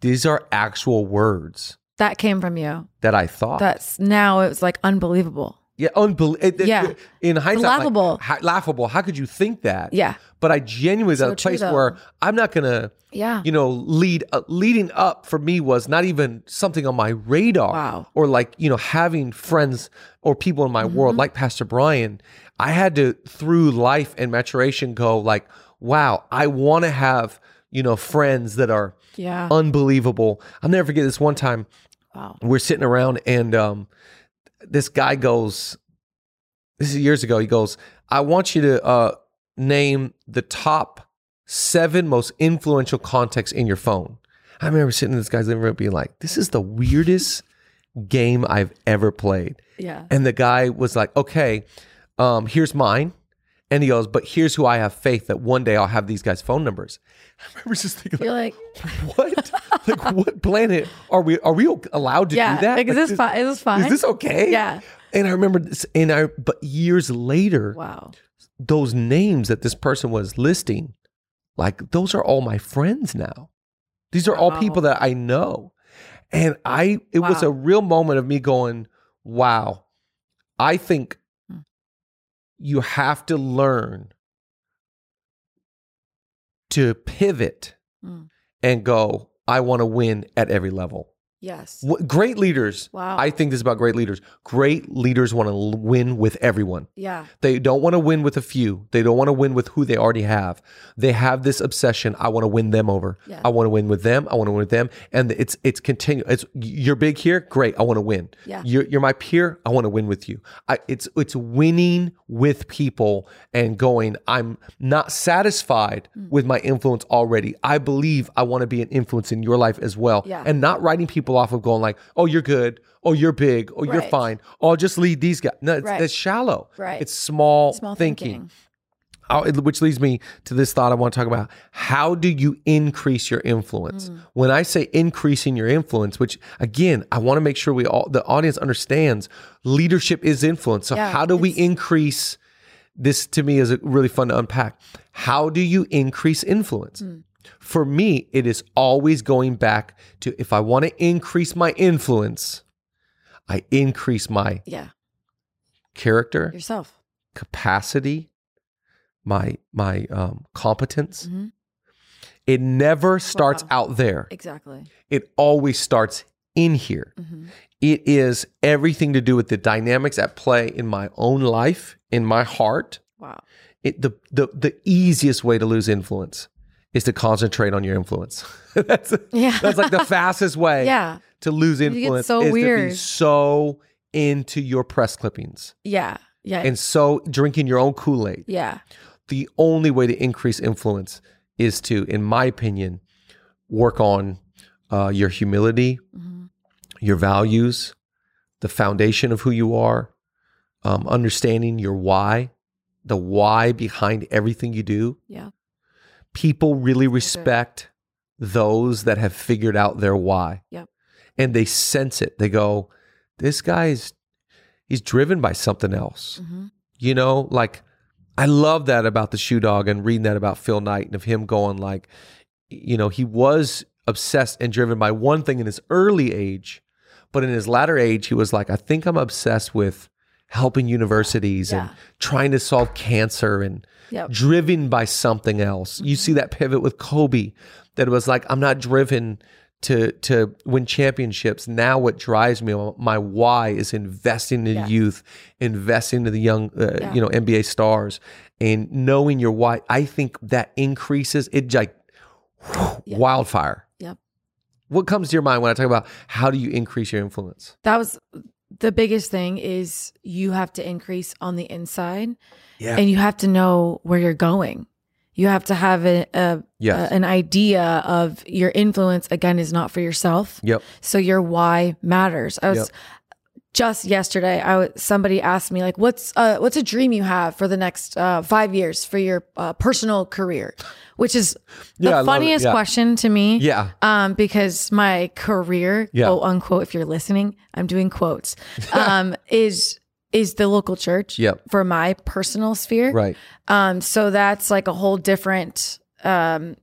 These are actual words That came from you. that I thought. That's now it was like unbelievable. yeah, unbelievable. Yeah. in hindsight, like, Laughable. ha- laughable. How could you think that? Yeah. But I genuinely was So at a true, place though. where I'm not gonna, Yeah. you know, lead. Uh, leading up for me was not even something on my radar. Wow. or like you know having friends or people in my Mm-hmm. world like pastor brian i had to through life and maturation go like wow i want to have you know friends that are Yeah. unbelievable i'll never forget this one time Wow. we're sitting around and um this guy goes this is years ago he goes i want you to uh name the top seven most influential contacts in your phone i remember sitting in this guy's living room being like this is the weirdest game i've ever played Yeah. and the guy was like okay um here's mine and he goes but here's who i have faith that one day i'll have these guys phone numbers i remember just thinking like, You're like, what? like what planet are we are we allowed to yeah. do that? Like, is Like, this fine? Is this fine? Is this okay? Yeah. And I remember this and I but years later, Wow. those names that this person was listing, like those are all my friends now. These are all Wow. people that I know. And I it was Wow. a real moment of me going, Wow, I think Hmm. you have to learn to pivot Mm. and go, I want to win at every level. Yes. Wh- Great leaders. Wow. I think this is about great leaders. Great leaders want to l- win with everyone. yeah. They don't want to win with a few. They don't want to win with who they already have. They have this obsession. I want to win them over. Yeah. I want to win with them. I want to win with them. And it's it's continue. It's you're big here. Great. I want to win. Yeah. You're, you're my peer. I want to win with you. I, it's it's winning with people and going. I'm not satisfied Hmm. with my influence already. I believe I want to be an influence in your life as well. Yeah. And not writing people people off of going like, "Oh, you're good. Oh, you're big. Oh, you're Right. fine. Oh, just lead these guys." No, it's, Right. that's shallow. Right. It's small, Small thinking. thinking. How- it- which leads me to this thought I want to talk about. How do you increase your influence? Mm. When I say increasing your influence, which again, I want to make sure we all the audience understands, leadership is influence. So Yeah, how do we it's- increase? This to me is a- really fun to unpack. How do you increase influence? Mm. For me, it is always going back to if I want to increase my influence, I increase my Yeah. character, Yourself. capacity, my my um, competence. Mhm. It never starts out there. Exactly. It always starts in here. Mhm. It is everything to do with the dynamics at play in my own life, in my heart. Wow. It, the the the easiest way to lose influence is to concentrate on your influence. that's Yeah. that's like the fastest way yeah. to lose get influence so is to be weird. so into your press clippings Yeah. Yeah. and so drinking your own Kool-Aid. yeah. the only way to increase influence is to, in my opinion, work on uh, your humility, Mhm. your values, the foundation of who you are, um, understanding your why, the why behind everything you do. Yeah. People really respect those that have figured out their why. Yep. And they sense it. They go, this guy's he's driven by something else hmm you know like i love that about the shoe dog and reading that about phil knight and of him going like you know he was obsessed and driven by one thing in his early age but in his latter age he was like i think i'm obsessed with helping universities and Yeah. trying to solve cancer and Yep. driven by something else you see that pivot with kobe that was like i'm not driven to to win championships now what drives me my why is investing in Yeah. youth investing in the young uh, Yeah. you know nba stars and knowing your why i think that increases it like Yeah. wildfire Yep. what comes to your mind when i talk about how do you increase your influence That was the biggest thing is you have to increase on the inside Yeah. and you have to know where you're going. You have to have a, a yes a- an idea of your influence again is not for yourself. Yep. So your why matters. I was Yep. just yesterday. I was, somebody asked me like, "What's uh, what's a dream you have for the next uh, five years for your uh, personal career?" Which is the Yeah, I love it. funniest Yeah. question to me. yeah Um, because my career, Yeah. quote unquote, if you're listening, I'm doing quotes. Um, is is the local church Yep. for my personal sphere. right Um, so that's like a whole different um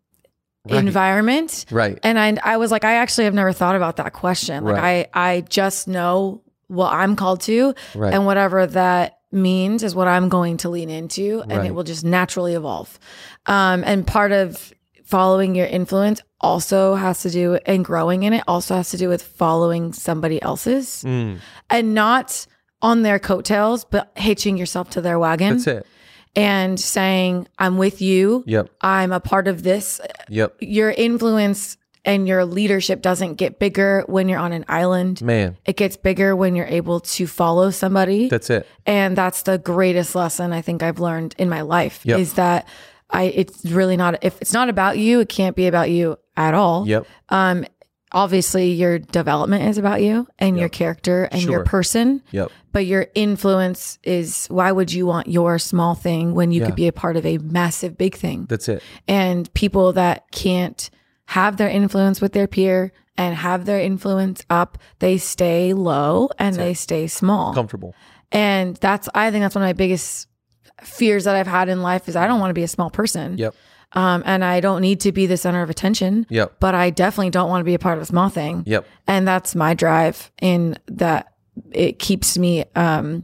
Right. environment. right And I I was like, I actually have never thought about that question. Like Right. I I just know what I'm called to right and whatever that means is what I'm going to lean into and Right. it will just naturally evolve. Um, and part of following your influence also has to do and growing in it also has to do with following somebody else's Mm, and not on their coattails, but hitching yourself to their wagon that's it and saying, I'm with you. yep I'm a part of this. yep Your influence and your leadership doesn't get bigger when you're on an island. man It gets bigger when you're able to follow somebody. that's it and that's the greatest lesson I think I've learned in my life Yep. is that I it's really not if it's not about you, it can't be about you at all. yep Um obviously your development is about you and your Yep. character and Sure. your person, yep but your influence is why would you want your small thing when you Yeah. could be a part of a massive big thing? that's it and people that can't have their influence with their peer and have their influence up, they stay low and they stay small. comfortable And that's I think that's one of my biggest fears that I've had in life is I don't want to be a small person. Yep. Um, and I don't need to be the center of attention. Yep. But I definitely don't want to be a part of a small thing. Yep. And that's my drive in that it keeps me um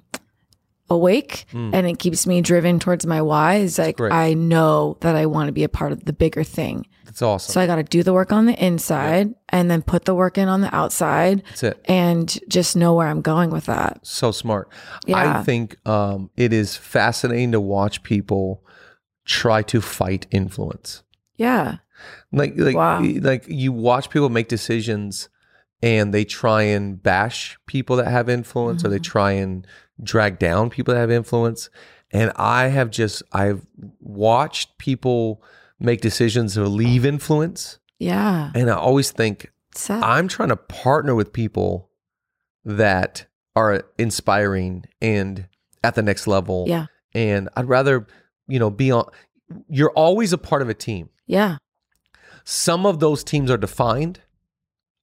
awake and it keeps me driven towards my why is like Hmm. great. I know that I want to be a part of the bigger thing. That's awesome. So I gotta do the work on the inside and then put the work in on the outside That's it. and just know where I'm going with that. So smart. I Yeah. think um, it is fascinating to watch people try to fight influence. Yeah. Like like Wow. like you watch people make decisions and they try and bash people that have influence or they Mm-hmm. try and drag down people that have influence. And I have just I've watched people make decisions to leave influence Yeah. and I always think Sad. I'm trying to partner with people that are inspiring and at the next level. Yeah. And I'd rather, you know, be on. You're always a part of a team. yeah. Some of those teams are defined.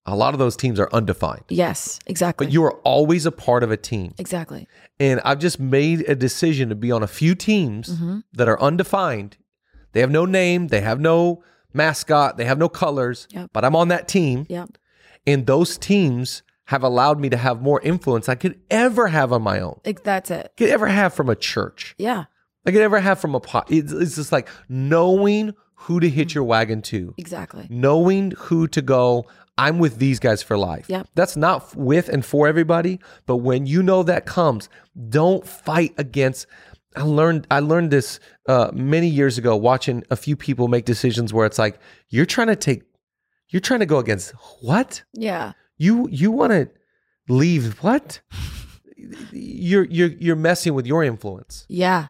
A lot of those teams are undefined. Yes. Exactly. But you are always a part of a team. exactly. And I've just made a decision to be on a few teams that are undefined. They have no name, they have no mascot, they have no colors, Yep. but I'm on that team. Yeah. And those teams have allowed me to have more influence I could ever have on my own. Like, that's it. could ever have from a church. Yeah. I could ever have from a pot. It's, it's just like knowing who to hitch your wagon to, Exactly. Mm. knowing who to go. I'm with these guys for life. Yep. That's not f- with and for everybody, but when you know that comes, don't fight against. I learned I learned this uh, many years ago watching a few people make decisions where it's like you're trying to take, you're trying to go against what Yeah. you you want to leave what you're you're you're messing with your influence Yeah.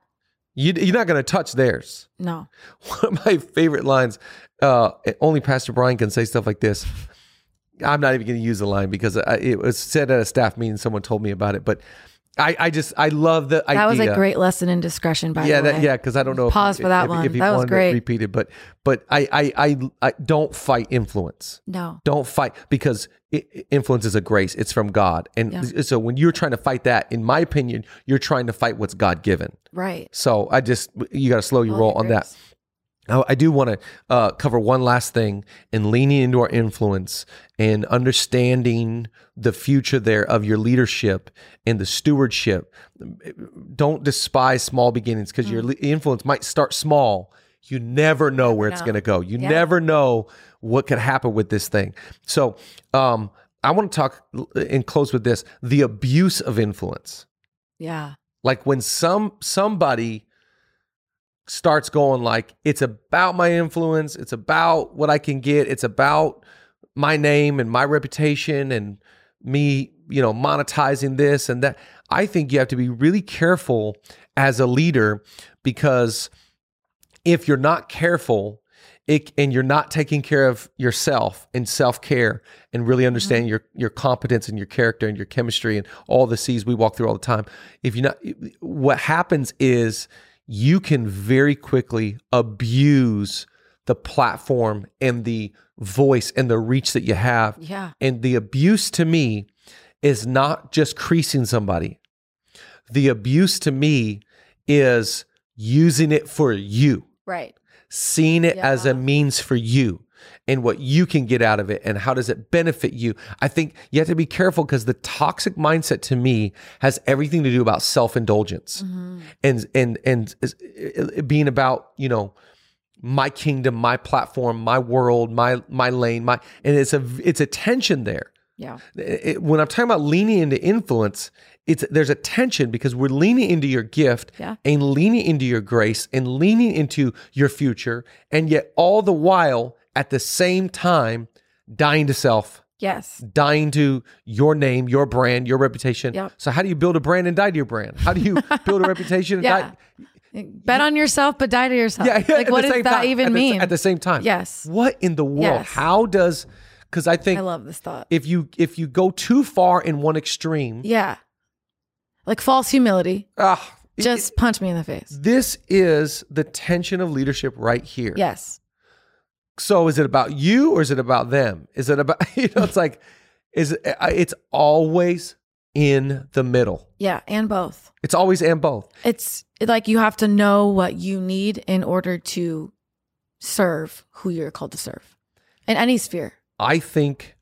you, you're not going to touch theirs No. one of my favorite lines uh only pastor brian can say stuff like this i'm not even going to use the line because I, it was said at a staff meeting someone told me about it but i i just i love the That idea was a great lesson in discretion, by yeah, the way. that, yeah, because I don't know. Pause if, for that if, one. If he That was wanted it great. Repeated, but but I, I I I don't fight influence No. don't fight because i- i- influence is a grace it's from god and Yeah. so when you're trying to fight that in my opinion you're trying to fight what's god given Right. so i just you got to slow your All roll the on that grace. Now, i do want to uh, cover one last thing in leaning into our influence and understanding the future there of your leadership and the stewardship don't despise small beginnings because Mm. your le- influence might start small. You never know where it's know. going to go. You Yeah. never know what could happen with this thing. So, um, I want to talk l- and close with this: the abuse of influence. Yeah. Like when some somebody starts going like, "It's about my influence. It's about what I can get. It's about my name and my reputation and me, you know, monetizing this and that." I think you have to be really careful as a leader because if you're not careful it, and you're not taking care of yourself and self-care and really understanding your your competence and your character and your chemistry and all the C's we walk through all the time if you're not what happens is you can very quickly abuse the platform and the voice and the reach that you have Yeah. and the abuse to me is not just creasing somebody. The abuse to me is using it for you, Right. seeing it as Yeah. a means for you and what you can get out of it and how does it benefit you. I think you have to be careful because the toxic mindset to me has everything to do about Mm. self-indulgence Mm-hmm. and and and is- uh, it being about, you know, my kingdom, my platform, my world, my my lane, my and it's a it's a tension there Yeah. it, when I'm talking about leaning into influence, it's there's a tension because we're leaning into your gift Yeah. and leaning into your grace and leaning into your future, and yet all the while at the same time dying to self, Yes. dying to your name, your brand, your reputation. Yep. So how do you build a brand and die to your brand? How do you build a reputation and Yeah. die? Bet on yourself, but die to yourself. Yeah, yeah, at like, the what does same that time, even at the s- mean? at the same time, Yes. What in the world? Yes. How does? Because I think I love this thought. if you if you go too far in one extreme, yeah. Like false humility. ah, it- Just punch me in the face. This is the tension of leadership right here. Yes. So is it about you or is it about them? Is it about you know? It's like is it, I- it's always in the middle. Yeah. And both. It's always and both. It's it- like you have to know what you need in order to serve who you're called to serve in any sphere. I think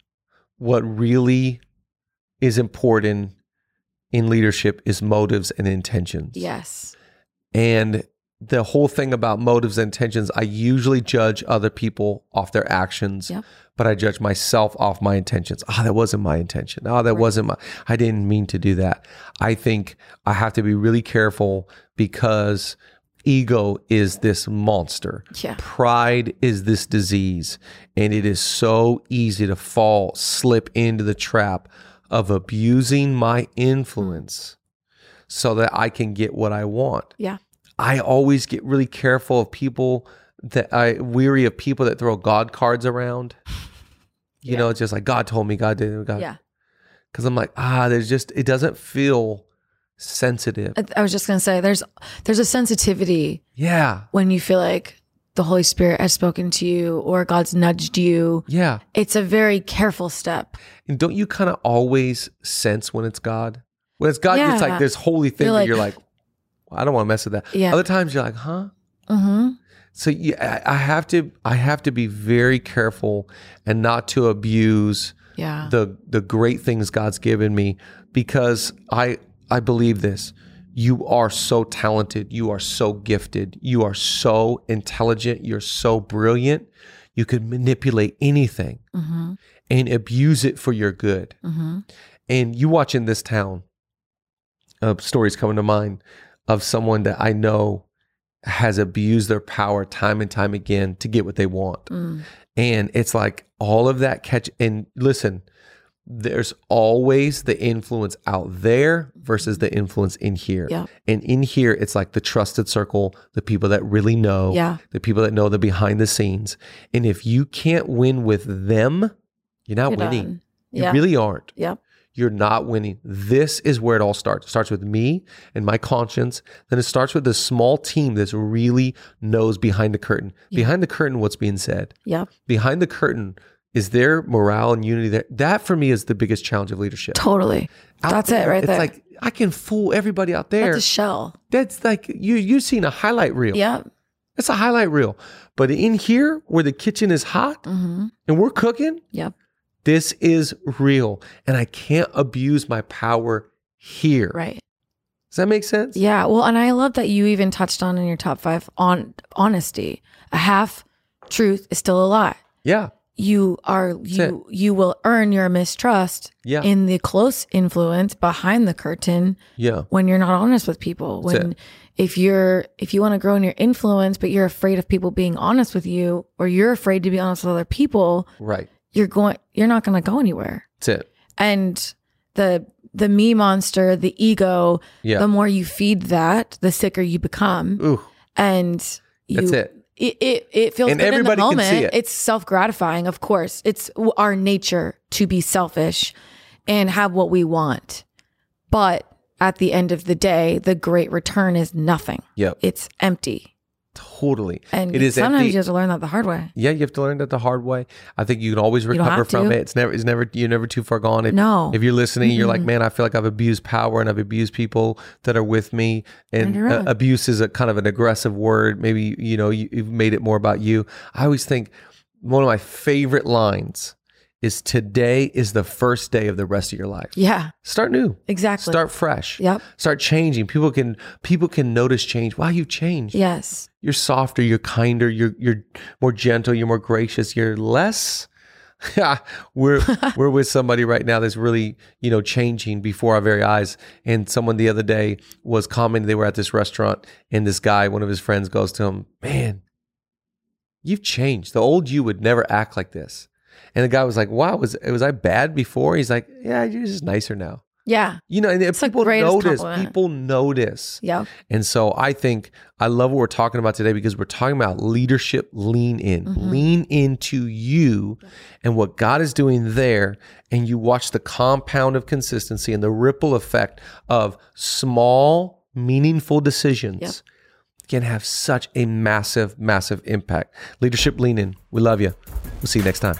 what really is important in leadership is motives and intentions. Yes. And the whole thing about motives and intentions, I usually judge other people off their actions, Yep. but I judge myself off my intentions. Ah, that wasn't my intention. Oh, that wasn't my, I didn't mean to do that. I think I have to be really careful because ego is this monster. Yeah. Pride is this disease, and it is so easy to fall, slip into the trap of abusing my influence so that I can get what I want. Yeah. I always get really careful of people that I weary of people that throw God cards around. You know, it's just like God told me, God did, God. Yeah. Because I'm like, ah, there's just it doesn't feel sensitive. I, I was just gonna say there's there's a sensitivity yeah, when you feel like the Holy Spirit has spoken to you or God's nudged you. yeah. It's a very careful step. And don't you kind of always sense when it's God? When it's God, it's Yeah. like this holy thing You're that like- you're like, I don't want to mess with that. Yeah. Other times you're like, huh? Mm-hmm. So you, I, I have to, I have to be very careful and not to abuse Yeah. the the great things God's given me because I I believe this. You are so talented, you are so gifted, you are so intelligent, you're so brilliant. You can manipulate anything mm-hmm. and abuse it for your good. Mm-hmm. And you watch in this town, uh, stories coming to mind of someone that I know has abused their power time and time again to get what they want. Mm. And it's like all of that catch. And listen, there's always the influence out there versus the influence in here. Yeah. And in here, it's like the trusted circle, the people that really know, Yeah. the people that know the behind the scenes. And if you can't win with them, you're not You're winning. done. You Yeah. really aren't. Yeah. You're not winning. This is where it all starts. It starts with me and my conscience. Then it starts with this small team that's really knows behind the curtain. Behind the curtain, what's being said yeah. behind the curtain is there morale and unity there that for me is the biggest challenge of leadership Totally. Out That's it right it's there. like i can fool everybody out there That's a shell. that's like you you've seen a highlight reel Yeah. it's a highlight reel but in here where the kitchen is hot Mm-hmm. and we're cooking Yep. this is real and i can't abuse my power here Right. does that make sense Yeah. Well, and I love that you even touched on in your top five on honesty. A half truth is still a lie. yeah You are you you will earn your mistrust yeah in the close influence behind the curtain yeah when you're not honest with people. That's it. When if you're if you want to grow in your influence, but you're afraid of people being honest with you, or you're afraid to be honest with other people, right you're going you're not going to go anywhere. that's it and the the me monster, the ego, yeah the more you feed that, the sicker you become, ooh and you, that's it It, it it feels And good in the everybody can moment. see it. It's self gratifying, of course. It's w- our nature to be selfish and have what we want, but at the end of the day, the great return is nothing. yep It's empty, totally and It is sometimes empty. you have to learn that the hard way. Yeah, you have to learn that the hard way. I think you can always don't recover have from to. it. It's never, it's never, you're never too far gone. If, No, if you're listening, you're like, Mm-mm. man, I feel like I've abused power and I've abused people that are with me. And Turned uh, around. abuse is a kind of an aggressive word. Maybe you know you, you've made it more about you. I always think one of my favorite lines is today is the first day of the rest of your life. yeah, Start new. exactly. Start fresh. Yep. Start changing. People can people can notice change. Wow, you've changed Yes. you're softer, you're kinder, you're you're more gentle, you're more gracious, you're less. we're we're with somebody right now that's really you know changing before our very eyes. And someone the other day was commenting they were at this restaurant, and this guy, one of his friends, goes to him, "Man, you've changed. The old you would never act like this." And the guy was like, "Wow, was was I bad before?" He's like, "Yeah, you're just nicer now." Yeah. You know, and It's the people greatest notice. compliment. People notice. Yeah. And so I think I love what we're talking about today because we're talking about leadership lean in. Mhm. Lean into you and what God is doing there. And you watch the compound of consistency and the ripple effect of small, meaningful decisions Yep. can have such a massive, massive impact. Leadership lean in. We love you. We'll see you next time.